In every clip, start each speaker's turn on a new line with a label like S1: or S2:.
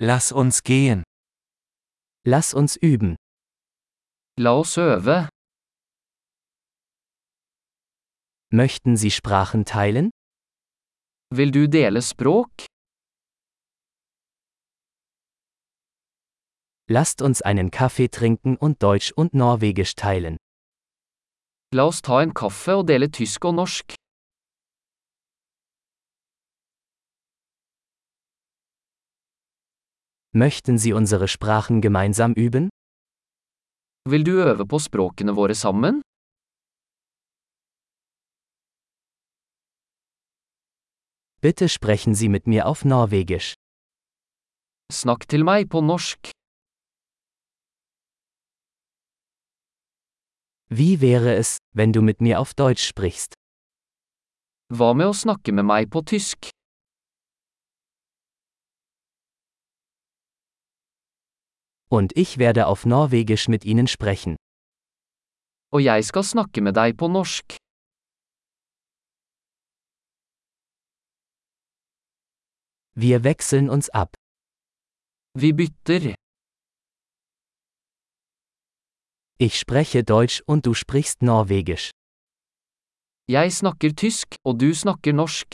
S1: Lass uns gehen.
S2: Lass uns üben.
S3: La oss øve.
S2: Möchten Sie Sprachen teilen?
S3: Vil du dele språk?
S2: Lasst uns einen Kaffee trinken und Deutsch und Norwegisch teilen.
S3: La oss ta en kaffe og dele tysk og norsk.
S2: Möchten Sie unsere Sprachen gemeinsam üben?
S3: Vil du øve på språkene våre sammen?
S2: Bitte sprechen Sie mit mir auf Norwegisch.
S3: Snakk til meg på norsk.
S2: Wie wäre es, wenn du mit mir auf Deutsch sprichst?
S3: Hva med å snakke med meg på tysk?
S2: Und ich werde auf Norwegisch mit Ihnen sprechen.
S3: Og jeg skal snakke med deg på norsk.
S2: Wir wechseln uns ab.
S3: Vi bytter.
S2: Ich spreche Deutsch und du sprichst Norwegisch.
S3: Jeg snakker tysk, og du snakker norsk.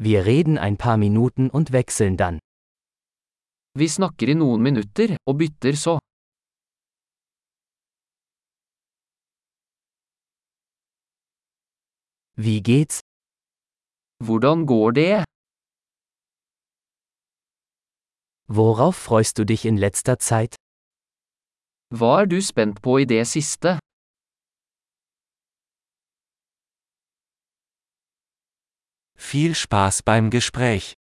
S2: Wir reden ein paar Minuten und wechseln dann.
S3: Vi snakker i noen minutter, og bytter så.
S2: Wie geht's?
S3: Hvordan går det?
S2: Worauf freust du dich in letzter Zeit?
S3: Hva er du spent på i det siste?
S1: Viel Spaß beim Gespräch.